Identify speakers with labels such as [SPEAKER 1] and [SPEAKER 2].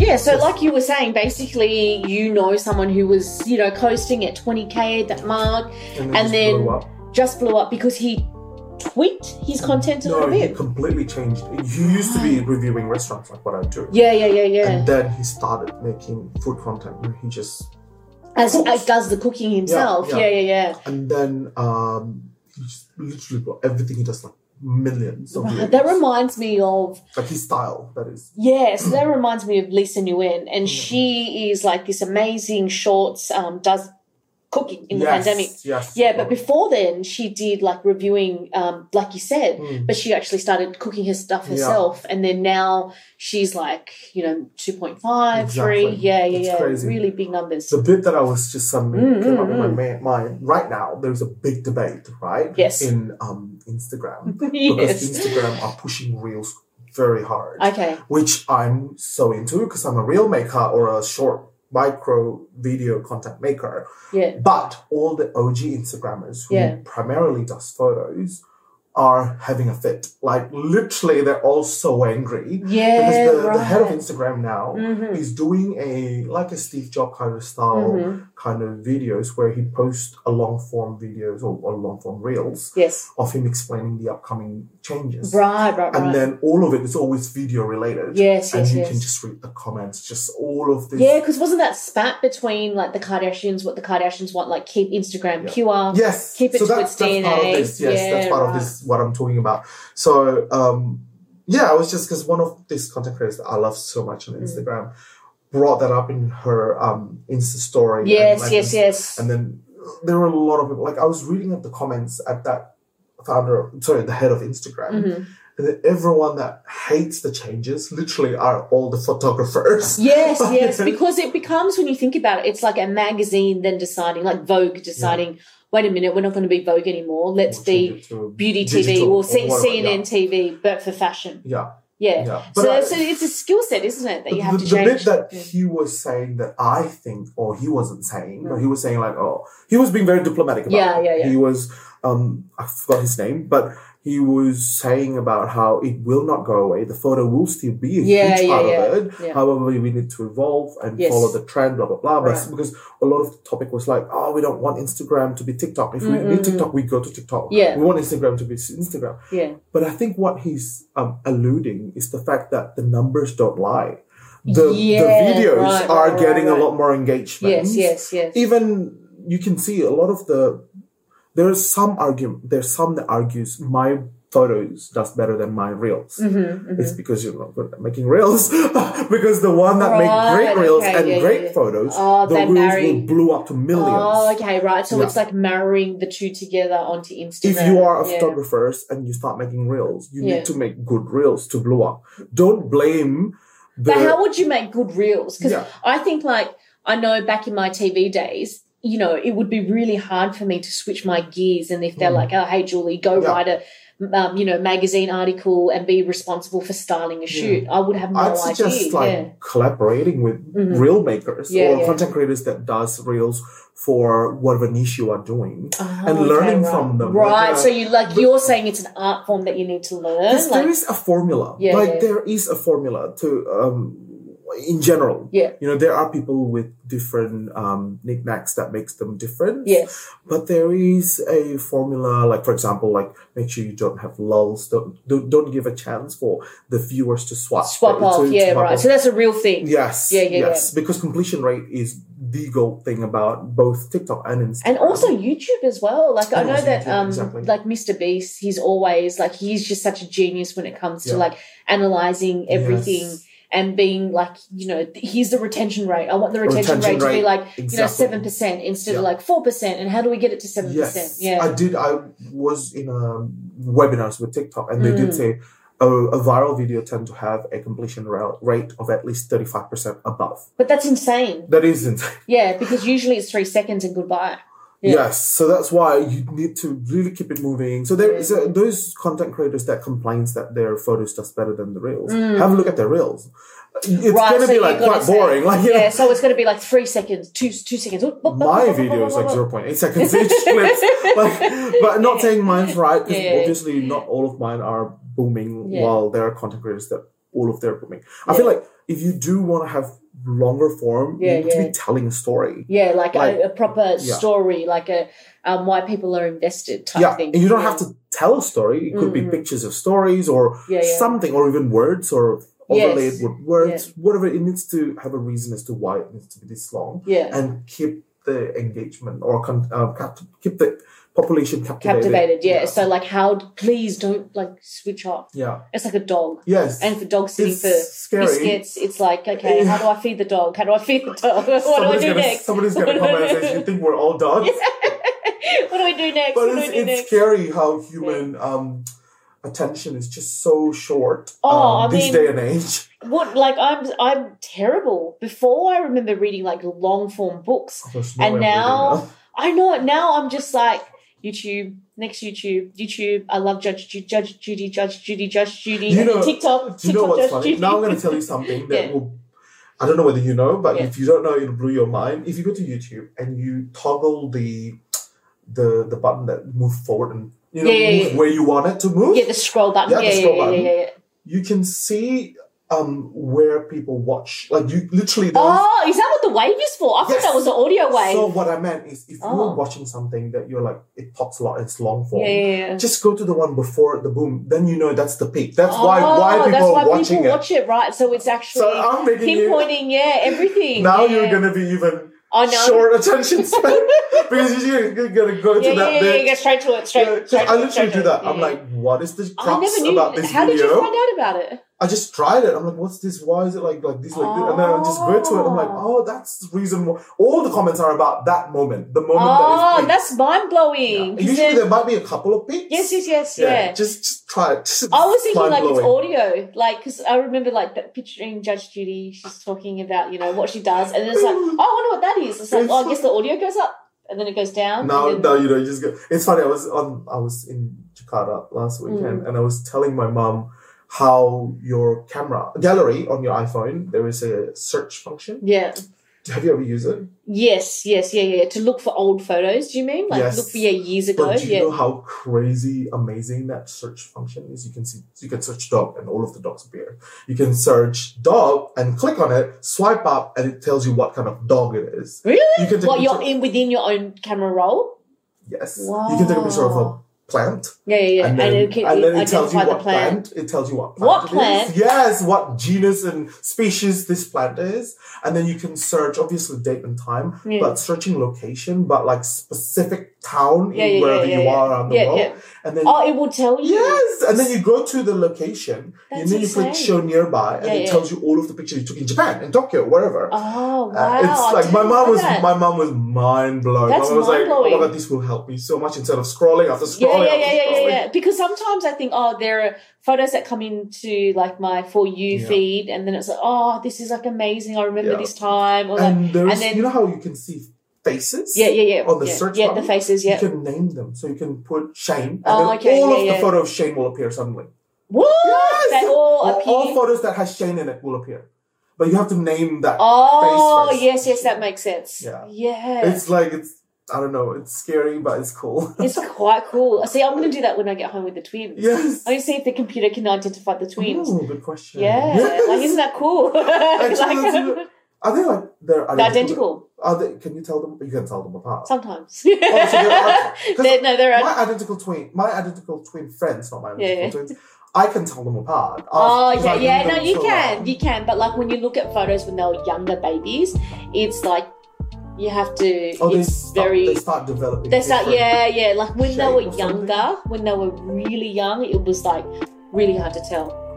[SPEAKER 1] Yeah, so like you were saying, basically you know someone who was, you know, coasting at 20k at that mark And
[SPEAKER 2] And, just
[SPEAKER 1] then-
[SPEAKER 2] blew up.
[SPEAKER 1] just blew up because he tweaked his content a
[SPEAKER 2] no,
[SPEAKER 1] little
[SPEAKER 2] he
[SPEAKER 1] bit.
[SPEAKER 2] completely changed. You used to be reviewing restaurants like what I do.
[SPEAKER 1] Yeah, yeah, yeah, yeah.
[SPEAKER 2] And then he started making food content where he just
[SPEAKER 1] As uh, does the cooking himself.
[SPEAKER 2] yeah.
[SPEAKER 1] Yeah, yeah, yeah.
[SPEAKER 2] and then um he just literally got everything he does like millions of
[SPEAKER 1] Right,
[SPEAKER 2] views.
[SPEAKER 1] That reminds me of
[SPEAKER 2] like his style that is.
[SPEAKER 1] yes, that reminds me of Lisa Nguyen,
[SPEAKER 2] Mm.
[SPEAKER 1] and she is like this amazing shorts. Um, does cooking in the
[SPEAKER 2] Yes,
[SPEAKER 1] pandemic.
[SPEAKER 2] Yes.
[SPEAKER 1] Yeah, but before then she did like reviewing, um, like you said,
[SPEAKER 2] Mm.
[SPEAKER 1] but she actually started cooking her stuff
[SPEAKER 2] Yeah.
[SPEAKER 1] herself, and then now she's like you know two point five, three,
[SPEAKER 2] Exactly.
[SPEAKER 1] yeah, yeah,
[SPEAKER 2] It's
[SPEAKER 1] yeah,
[SPEAKER 2] crazy.
[SPEAKER 1] really big numbers.
[SPEAKER 2] The bit that I was just suddenly
[SPEAKER 1] Mm,
[SPEAKER 2] came
[SPEAKER 1] mm,
[SPEAKER 2] up in my ma- mind right now. There's a big debate, right?
[SPEAKER 1] Yes.
[SPEAKER 2] In um Instagram because
[SPEAKER 1] yes.
[SPEAKER 2] Instagram are pushing reels very hard,
[SPEAKER 1] Okay.
[SPEAKER 2] which I'm so into because I'm a reel maker or a short micro video content maker.
[SPEAKER 1] Yeah.
[SPEAKER 2] But all the OG Instagrammers who
[SPEAKER 1] Yeah.
[SPEAKER 2] primarily does photos are having a fit. Like literally, they're all so angry
[SPEAKER 1] Yeah.
[SPEAKER 2] because the,
[SPEAKER 1] right.
[SPEAKER 2] the head of Instagram now
[SPEAKER 1] Mhm.
[SPEAKER 2] is doing a like a Steve Jobs kind of style
[SPEAKER 1] Mhm.
[SPEAKER 2] kind of videos where he posts a long form videos or, or long form reels
[SPEAKER 1] Yes.
[SPEAKER 2] of him explaining the upcoming changes.
[SPEAKER 1] Right, right, right.
[SPEAKER 2] And then all of it is always video related.
[SPEAKER 1] yes,
[SPEAKER 2] and
[SPEAKER 1] yes,
[SPEAKER 2] you
[SPEAKER 1] yes.
[SPEAKER 2] can just read the comments, just all of this.
[SPEAKER 1] yeah, because wasn't that spat between like the Kardashians, what the Kardashians want, like keep Instagram
[SPEAKER 2] Yeah.
[SPEAKER 1] pure?
[SPEAKER 2] Yes.
[SPEAKER 1] Keep it
[SPEAKER 2] so
[SPEAKER 1] to
[SPEAKER 2] that's,
[SPEAKER 1] its
[SPEAKER 2] that's part of
[SPEAKER 1] DNA.
[SPEAKER 2] this. Yes, that's
[SPEAKER 1] Yeah,
[SPEAKER 2] part of
[SPEAKER 1] right.
[SPEAKER 2] this what I'm talking about. So um yeah, I was just because one of these content creators that I love so much on
[SPEAKER 1] Mm.
[SPEAKER 2] Instagram brought that up in her um Insta story. and,
[SPEAKER 1] Yes,
[SPEAKER 2] like,
[SPEAKER 1] yes, yes.
[SPEAKER 2] And then there were a lot of people. Like I was reading at the comments at that founder, sorry, the head of Instagram,
[SPEAKER 1] Mhm.
[SPEAKER 2] and then everyone that hates the changes literally are all the photographers.
[SPEAKER 1] Yes, yes, because it becomes when you think about it, it's like a magazine then deciding, like Vogue deciding, wait a minute, we're not going to be Vogue anymore. Let's
[SPEAKER 2] Or
[SPEAKER 1] be
[SPEAKER 2] change it to
[SPEAKER 1] beauty TV
[SPEAKER 2] digital
[SPEAKER 1] or C-
[SPEAKER 2] whatever,
[SPEAKER 1] CNN TV, but for fashion.
[SPEAKER 2] Yeah,
[SPEAKER 1] Yeah.
[SPEAKER 2] yeah. yeah.
[SPEAKER 1] So,
[SPEAKER 2] I-
[SPEAKER 1] so it's a skill set, isn't it, that you have
[SPEAKER 2] the,
[SPEAKER 1] to
[SPEAKER 2] the
[SPEAKER 1] change?
[SPEAKER 2] bit that
[SPEAKER 1] Yeah.
[SPEAKER 2] he was saying that I think, or he wasn't saying, but
[SPEAKER 1] Mm.
[SPEAKER 2] he was saying like, oh, he was being very diplomatic about
[SPEAKER 1] Yeah,
[SPEAKER 2] it.
[SPEAKER 1] yeah, yeah.
[SPEAKER 2] He was, um, I forgot his name, but he was saying about how it will not go away. The photo will still be a
[SPEAKER 1] Yeah,
[SPEAKER 2] huge
[SPEAKER 1] yeah,
[SPEAKER 2] part
[SPEAKER 1] yeah.
[SPEAKER 2] of it.
[SPEAKER 1] Yeah.
[SPEAKER 2] However, we need to evolve and
[SPEAKER 1] Yes.
[SPEAKER 2] follow the trend, blah, blah, blah. But
[SPEAKER 1] Right.
[SPEAKER 2] because a lot of the topic was like, oh, we don't want Instagram to be TikTok. If we
[SPEAKER 1] Mm-mm.
[SPEAKER 2] need TikTok, we go to TikTok.
[SPEAKER 1] Yeah.
[SPEAKER 2] We want Instagram to be Instagram.
[SPEAKER 1] yeah.
[SPEAKER 2] But I think what he's um, alluding is the fact that the numbers don't lie. The,
[SPEAKER 1] Yeah,
[SPEAKER 2] the videos
[SPEAKER 1] right,
[SPEAKER 2] are
[SPEAKER 1] right, right,
[SPEAKER 2] getting
[SPEAKER 1] right.
[SPEAKER 2] a lot more engagement.
[SPEAKER 1] Yes, yes, yes.
[SPEAKER 2] Even you can see a lot of the there's some argument there's some that argues my photos does better than my reels.
[SPEAKER 1] Mhm, mhm.
[SPEAKER 2] It's because you're not good at making reels. because the one that
[SPEAKER 1] Right,
[SPEAKER 2] make great reels
[SPEAKER 1] okay,
[SPEAKER 2] and
[SPEAKER 1] yeah,
[SPEAKER 2] great
[SPEAKER 1] yeah, yeah.
[SPEAKER 2] photos,
[SPEAKER 1] Oh,
[SPEAKER 2] the
[SPEAKER 1] they
[SPEAKER 2] reels will
[SPEAKER 1] marry.
[SPEAKER 2] blow up to millions.
[SPEAKER 1] Oh, okay, right. So
[SPEAKER 2] Yeah.
[SPEAKER 1] it's like marrying the two together onto Instagram.
[SPEAKER 2] if you are a
[SPEAKER 1] Yeah.
[SPEAKER 2] photographer and you start making reels, you
[SPEAKER 1] Yeah.
[SPEAKER 2] need to make good reels to blow up. Don't blame the.
[SPEAKER 1] But how would you make good reels? Because
[SPEAKER 2] Yeah.
[SPEAKER 1] I think, like, I know back in my TV days, you know, it would be really hard for me to switch my gears. And if they're
[SPEAKER 2] Mm.
[SPEAKER 1] like, oh, hey, Julie, go
[SPEAKER 2] Yeah.
[SPEAKER 1] write a, um, you know, magazine article and be responsible for styling a
[SPEAKER 2] Yeah.
[SPEAKER 1] shoot, I would have no
[SPEAKER 2] I'd
[SPEAKER 1] idea.
[SPEAKER 2] suggest like
[SPEAKER 1] yeah.
[SPEAKER 2] collaborating with
[SPEAKER 1] Mhm.
[SPEAKER 2] reel makers
[SPEAKER 1] Yeah,
[SPEAKER 2] or
[SPEAKER 1] yeah.
[SPEAKER 2] content creators that does reels for whatever niche you are doing.
[SPEAKER 1] Oh,
[SPEAKER 2] and
[SPEAKER 1] okay,
[SPEAKER 2] learning
[SPEAKER 1] right.
[SPEAKER 2] from them.
[SPEAKER 1] Right.
[SPEAKER 2] Like, uh,
[SPEAKER 1] so you like
[SPEAKER 2] the-
[SPEAKER 1] you're saying it's an art form that you need to learn.
[SPEAKER 2] Because there
[SPEAKER 1] Like,
[SPEAKER 2] is a formula.
[SPEAKER 1] Yeah,
[SPEAKER 2] like
[SPEAKER 1] yeah.
[SPEAKER 2] there is a formula to um, in general.
[SPEAKER 1] Yeah.
[SPEAKER 2] You know, there are people with different um, knickknacks that makes them different.
[SPEAKER 1] yes.
[SPEAKER 2] But there is a formula, like for example, like make sure you don't have lulls. Don't don't, don't give a chance for the viewers to swap
[SPEAKER 1] Swap
[SPEAKER 2] to-
[SPEAKER 1] off.
[SPEAKER 2] to
[SPEAKER 1] Yeah.
[SPEAKER 2] swap
[SPEAKER 1] Right.
[SPEAKER 2] off.
[SPEAKER 1] So that's a real thing.
[SPEAKER 2] yes,
[SPEAKER 1] Yeah, yeah,
[SPEAKER 2] yes, because completion rate is the gold thing about both TikTok and Instagram,
[SPEAKER 1] and also YouTube as well. Like I
[SPEAKER 2] And
[SPEAKER 1] know
[SPEAKER 2] also
[SPEAKER 1] that,
[SPEAKER 2] YouTube,
[SPEAKER 1] um,
[SPEAKER 2] exactly.
[SPEAKER 1] like Mr. Beast, he's always like he's just such a genius when it comes
[SPEAKER 2] Yeah.
[SPEAKER 1] to like analyzing everything
[SPEAKER 2] Yes.
[SPEAKER 1] and being like, you know, th- here's the retention rate. I want the retention,
[SPEAKER 2] Retention
[SPEAKER 1] rate, to be
[SPEAKER 2] rate,
[SPEAKER 1] like, you know,
[SPEAKER 2] exactly.
[SPEAKER 1] seven percent instead of
[SPEAKER 2] Yeah.
[SPEAKER 1] like four percent. And how do we get it to seven percent?
[SPEAKER 2] Yes,
[SPEAKER 1] Yeah,
[SPEAKER 2] I did. I was in a webinars with TikTok, and they did
[SPEAKER 1] Mm.
[SPEAKER 2] say a, a viral video tend to have a completion ra- rate of at least thirty five percent above.
[SPEAKER 1] but that's insane.
[SPEAKER 2] That isn't.
[SPEAKER 1] Yeah, because usually it's three seconds and goodbye. Yeah.
[SPEAKER 2] Yes, so that's why you need to really keep it moving. So there,
[SPEAKER 1] Yeah.
[SPEAKER 2] so those content creators that complains that their photos does better than the reels,
[SPEAKER 1] Mm.
[SPEAKER 2] have a look at their reels. It's
[SPEAKER 1] Right,
[SPEAKER 2] gonna
[SPEAKER 1] so
[SPEAKER 2] be
[SPEAKER 1] you
[SPEAKER 2] like
[SPEAKER 1] gotta
[SPEAKER 2] quite
[SPEAKER 1] say-
[SPEAKER 2] boring. Like you know,
[SPEAKER 1] Yeah, so it's going to be like three seconds, two two seconds. Oop, boop, boop, boop,
[SPEAKER 2] my
[SPEAKER 1] boop,
[SPEAKER 2] video
[SPEAKER 1] boop,
[SPEAKER 2] is
[SPEAKER 1] boop, boop.
[SPEAKER 2] like 0.8 seconds each clips but, but not saying mine's right because
[SPEAKER 1] Yeah.
[SPEAKER 2] obviously not all of mine are booming
[SPEAKER 1] Yeah.
[SPEAKER 2] while there are content creators that all of their booming i feel
[SPEAKER 1] Yeah.
[SPEAKER 2] like if you do want to have longer form
[SPEAKER 1] Yeah,
[SPEAKER 2] you need to
[SPEAKER 1] yeah.
[SPEAKER 2] be telling a story
[SPEAKER 1] Yeah, like,
[SPEAKER 2] Like-
[SPEAKER 1] a, a proper
[SPEAKER 2] Yeah.
[SPEAKER 1] story, like a um, why people are invested type
[SPEAKER 2] yeah
[SPEAKER 1] thing.
[SPEAKER 2] and you don't
[SPEAKER 1] Yeah.
[SPEAKER 2] have to tell a story it could
[SPEAKER 1] Mm, mm.
[SPEAKER 2] be pictures of stories or
[SPEAKER 1] Yeah, yeah.
[SPEAKER 2] something or even words or
[SPEAKER 1] Yes.
[SPEAKER 2] overlay it with words whatever it needs to have a reason as to why it needs to be this long
[SPEAKER 1] yeah.
[SPEAKER 2] and keep the engagement or con- uh, cap- keep the population captivated
[SPEAKER 1] captivated. Yeah. So like, how? Please don't like switch off.
[SPEAKER 2] Yeah.
[SPEAKER 1] It's like a dog,
[SPEAKER 2] Yes.
[SPEAKER 1] and for dog sitting
[SPEAKER 2] it's
[SPEAKER 1] for
[SPEAKER 2] scary.
[SPEAKER 1] biscuits, it's like okay, how do I feed the dog? How do I feed the dog? What
[SPEAKER 2] Somebody's
[SPEAKER 1] do I do
[SPEAKER 2] gonna,
[SPEAKER 1] next?
[SPEAKER 2] Somebody's
[SPEAKER 1] What
[SPEAKER 2] going to
[SPEAKER 1] do I
[SPEAKER 2] come and say,
[SPEAKER 1] do?
[SPEAKER 2] you think we're all dogs?
[SPEAKER 1] What do I do next?
[SPEAKER 2] But
[SPEAKER 1] What do I
[SPEAKER 2] it's,
[SPEAKER 1] do
[SPEAKER 2] it's
[SPEAKER 1] next?
[SPEAKER 2] scary how human um, attention is just so short
[SPEAKER 1] Oh,
[SPEAKER 2] um,
[SPEAKER 1] I
[SPEAKER 2] this
[SPEAKER 1] mean-
[SPEAKER 2] day and age.
[SPEAKER 1] What like I'm I'm terrible. Before I remember reading like long form books.
[SPEAKER 2] Oh, there's no
[SPEAKER 1] And
[SPEAKER 2] way I'm
[SPEAKER 1] now-
[SPEAKER 2] reading
[SPEAKER 1] I know it now. I'm just like YouTube. Next YouTube, YouTube. I love Judge Ju- Judge Judy, Judge Judy, Judge Judy.
[SPEAKER 2] You
[SPEAKER 1] and then
[SPEAKER 2] know-
[SPEAKER 1] TikTok,
[SPEAKER 2] that. Do you know
[SPEAKER 1] TikTok,
[SPEAKER 2] what's
[SPEAKER 1] Judge
[SPEAKER 2] funny?
[SPEAKER 1] Judy.
[SPEAKER 2] Now I'm going to tell you something that
[SPEAKER 1] Yeah.
[SPEAKER 2] will. I don't know whether you know, but
[SPEAKER 1] Yeah.
[SPEAKER 2] if you don't know, it'll blow your mind. If you go to YouTube and you toggle the the the button that move forward and you know
[SPEAKER 1] Yeah, yeah,
[SPEAKER 2] move
[SPEAKER 1] yeah.
[SPEAKER 2] where you want it to move,
[SPEAKER 1] yeah, the scroll button.
[SPEAKER 2] Yeah,
[SPEAKER 1] Yeah,
[SPEAKER 2] the
[SPEAKER 1] yeah, yeah,
[SPEAKER 2] scroll
[SPEAKER 1] yeah,
[SPEAKER 2] button.
[SPEAKER 1] yeah, yeah.
[SPEAKER 2] you can see um where people watch. Like you literally there's
[SPEAKER 1] Oh, is that what the wave is for? I thought
[SPEAKER 2] Yes.
[SPEAKER 1] that was the audio wave.
[SPEAKER 2] So what I meant is, if
[SPEAKER 1] Oh.
[SPEAKER 2] you're watching something that you're like, it pops a lot, it's long form.
[SPEAKER 1] yeah, yeah, yeah.
[SPEAKER 2] Just go to the one before the boom. Then you know that's the peak. That's why
[SPEAKER 1] Oh,
[SPEAKER 2] why people
[SPEAKER 1] that's
[SPEAKER 2] are
[SPEAKER 1] why
[SPEAKER 2] watching
[SPEAKER 1] people
[SPEAKER 2] it.
[SPEAKER 1] watch it, right? So it's actually
[SPEAKER 2] so I'm making you.
[SPEAKER 1] pinpointing, yeah, everything.
[SPEAKER 2] Now
[SPEAKER 1] yeah. Oh,
[SPEAKER 2] you're gonna be even
[SPEAKER 1] I know.
[SPEAKER 2] short attention span because you're, you're gonna go
[SPEAKER 1] yeah,
[SPEAKER 2] to
[SPEAKER 1] yeah,
[SPEAKER 2] that
[SPEAKER 1] yeah,
[SPEAKER 2] bit.
[SPEAKER 1] yeah, go straight to it, straight.
[SPEAKER 2] Yeah, so
[SPEAKER 1] straight to
[SPEAKER 2] I
[SPEAKER 1] it, straight
[SPEAKER 2] literally
[SPEAKER 1] to
[SPEAKER 2] do
[SPEAKER 1] it.
[SPEAKER 2] that. I'm
[SPEAKER 1] Yeah.
[SPEAKER 2] like, what is the
[SPEAKER 1] I
[SPEAKER 2] crux
[SPEAKER 1] never knew.
[SPEAKER 2] about this
[SPEAKER 1] How did
[SPEAKER 2] video?
[SPEAKER 1] you find out about it?
[SPEAKER 2] I just tried it. I'm like, what's this? Why is it like like this? Like, this? and then I just go to it. I'm like,
[SPEAKER 1] Oh.
[SPEAKER 2] oh, that's the reason why. All the comments are about that moment, the moment that
[SPEAKER 1] Oh,
[SPEAKER 2] is peak.
[SPEAKER 1] that's mind blowing.
[SPEAKER 2] Yeah. Usually there might be a couple of peaks.
[SPEAKER 1] Yes, yes, yes, yeah.
[SPEAKER 2] Just, just try it. Just-
[SPEAKER 1] I was thinking like it's
[SPEAKER 2] mind-blowing.
[SPEAKER 1] audio, like because I remember like that picturing Judge Judy. She's talking about you know what she does, and then it's like, oh, I wonder what that is. It's like, oh, I guess the audio goes up, and then it goes down.
[SPEAKER 2] Now,
[SPEAKER 1] and
[SPEAKER 2] now
[SPEAKER 1] then,
[SPEAKER 2] you know, you just go. It's funny. I was on. I was in Jakarta
[SPEAKER 1] Mm.
[SPEAKER 2] last weekend, and I was telling my mom how your camera gallery on your iPhone there is a search function.
[SPEAKER 1] yeah,
[SPEAKER 2] Have you ever used it?
[SPEAKER 1] yes, yes, yeah, yeah. To look for old photos, do you mean like
[SPEAKER 2] Yes.
[SPEAKER 1] look for yeah years ago?
[SPEAKER 2] But do you
[SPEAKER 1] yeah,
[SPEAKER 2] know how crazy amazing that search function is? You can see you can search dog and all of the dogs appear. You can search dog and click on it, swipe up, and it tells you what kind of dog it is.
[SPEAKER 1] really?
[SPEAKER 2] You can take
[SPEAKER 1] What
[SPEAKER 2] a
[SPEAKER 1] you're
[SPEAKER 2] picture-
[SPEAKER 1] in within your own camera roll?
[SPEAKER 2] Yes. You can take a picture of
[SPEAKER 1] Wow.
[SPEAKER 2] a plant.
[SPEAKER 1] Yeah, yeah, yeah.
[SPEAKER 2] And then,
[SPEAKER 1] it can
[SPEAKER 2] and then it tells you
[SPEAKER 1] identify the
[SPEAKER 2] what
[SPEAKER 1] plant.
[SPEAKER 2] plant. It tells you what plant.
[SPEAKER 1] What
[SPEAKER 2] it
[SPEAKER 1] plant?
[SPEAKER 2] is. Yes, what genus and species this plant is. And then you can search, obviously, date and time,
[SPEAKER 1] Yeah.
[SPEAKER 2] but searching location, but like specific town
[SPEAKER 1] Yeah,
[SPEAKER 2] in
[SPEAKER 1] yeah,
[SPEAKER 2] wherever
[SPEAKER 1] yeah,
[SPEAKER 2] you
[SPEAKER 1] yeah,
[SPEAKER 2] are around the
[SPEAKER 1] yeah,
[SPEAKER 2] world.
[SPEAKER 1] yeah.
[SPEAKER 2] And then
[SPEAKER 1] Oh, it will tell you.
[SPEAKER 2] Yes, and then you go to the location,
[SPEAKER 1] That's
[SPEAKER 2] and then you click
[SPEAKER 1] insane.
[SPEAKER 2] show nearby, and
[SPEAKER 1] Yeah,
[SPEAKER 2] it
[SPEAKER 1] yeah.
[SPEAKER 2] tells you all of the pictures you took in Japan, in Tokyo, wherever.
[SPEAKER 1] Oh wow!
[SPEAKER 2] Uh,
[SPEAKER 1] I
[SPEAKER 2] it's like
[SPEAKER 1] didn't
[SPEAKER 2] my mom
[SPEAKER 1] know
[SPEAKER 2] was
[SPEAKER 1] that.
[SPEAKER 2] my mom was mind blown.
[SPEAKER 1] That's
[SPEAKER 2] I was like, oh
[SPEAKER 1] mind-blowing.
[SPEAKER 2] my god, this will help me so much instead of scrolling after
[SPEAKER 1] Yeah,
[SPEAKER 2] scrolling.
[SPEAKER 1] yeah, yeah, yeah,
[SPEAKER 2] after
[SPEAKER 1] yeah,
[SPEAKER 2] scrolling.
[SPEAKER 1] yeah. Because sometimes I think, oh, there are photos that come into like my for you
[SPEAKER 2] Yeah.
[SPEAKER 1] feed, and then it's like, oh, this is like amazing. I remember
[SPEAKER 2] Yeah.
[SPEAKER 1] this time. Or like,
[SPEAKER 2] And there's
[SPEAKER 1] and then-
[SPEAKER 2] you know how you can see faces?
[SPEAKER 1] yeah, yeah, yeah.
[SPEAKER 2] on the
[SPEAKER 1] yeah.
[SPEAKER 2] search
[SPEAKER 1] yeah,
[SPEAKER 2] button,
[SPEAKER 1] the faces. Yeah.
[SPEAKER 2] You can name them. So you can put Shane and
[SPEAKER 1] Oh,
[SPEAKER 2] then
[SPEAKER 1] okay,
[SPEAKER 2] all
[SPEAKER 1] yeah,
[SPEAKER 2] of
[SPEAKER 1] yeah.
[SPEAKER 2] the photo of Shane will appear suddenly.
[SPEAKER 1] What?
[SPEAKER 2] Yes!
[SPEAKER 1] They all
[SPEAKER 2] All-
[SPEAKER 1] appear.
[SPEAKER 2] all photos that has Shane in it will appear. But you have to name that
[SPEAKER 1] oh,
[SPEAKER 2] face first.
[SPEAKER 1] yes, yes, that makes sense.
[SPEAKER 2] Yeah.
[SPEAKER 1] Yeah. It's,
[SPEAKER 2] It's like it's I don't know. It's scary, but it's cool.
[SPEAKER 1] quite cool. See, I'm going to do that when I get home with the twins.
[SPEAKER 2] yes.
[SPEAKER 1] I'm going to see if the computer can identify the twins.
[SPEAKER 2] Ooh, good question.
[SPEAKER 1] Oh, Yeah.
[SPEAKER 2] Yes.
[SPEAKER 1] Like, isn't that cool?
[SPEAKER 2] that's
[SPEAKER 1] like,
[SPEAKER 2] really- are they like they're
[SPEAKER 1] they're
[SPEAKER 2] identical?
[SPEAKER 1] identical
[SPEAKER 2] Are they? Can you tell them? You can tell them apart.
[SPEAKER 1] sometimes.
[SPEAKER 2] Oh, so they're- 'cause
[SPEAKER 1] They're- no, they're
[SPEAKER 2] my identical twin, my identical twin friends, not my
[SPEAKER 1] Yeah,
[SPEAKER 2] identical
[SPEAKER 1] yeah.
[SPEAKER 2] twins. I can tell them apart.
[SPEAKER 1] Oh
[SPEAKER 2] after-
[SPEAKER 1] yeah,
[SPEAKER 2] because I
[SPEAKER 1] yeah.
[SPEAKER 2] knew
[SPEAKER 1] No,
[SPEAKER 2] them
[SPEAKER 1] you
[SPEAKER 2] so
[SPEAKER 1] can,
[SPEAKER 2] long.
[SPEAKER 1] you can. But like when you look at photos when they were younger babies, it's like you have to.
[SPEAKER 2] Oh, they
[SPEAKER 1] it's
[SPEAKER 2] start,
[SPEAKER 1] very.
[SPEAKER 2] They start developing.
[SPEAKER 1] They start,
[SPEAKER 2] different-
[SPEAKER 1] yeah, yeah. Like when they
[SPEAKER 2] shape
[SPEAKER 1] were
[SPEAKER 2] or something.
[SPEAKER 1] younger, when they were really young, it was like really hard to tell.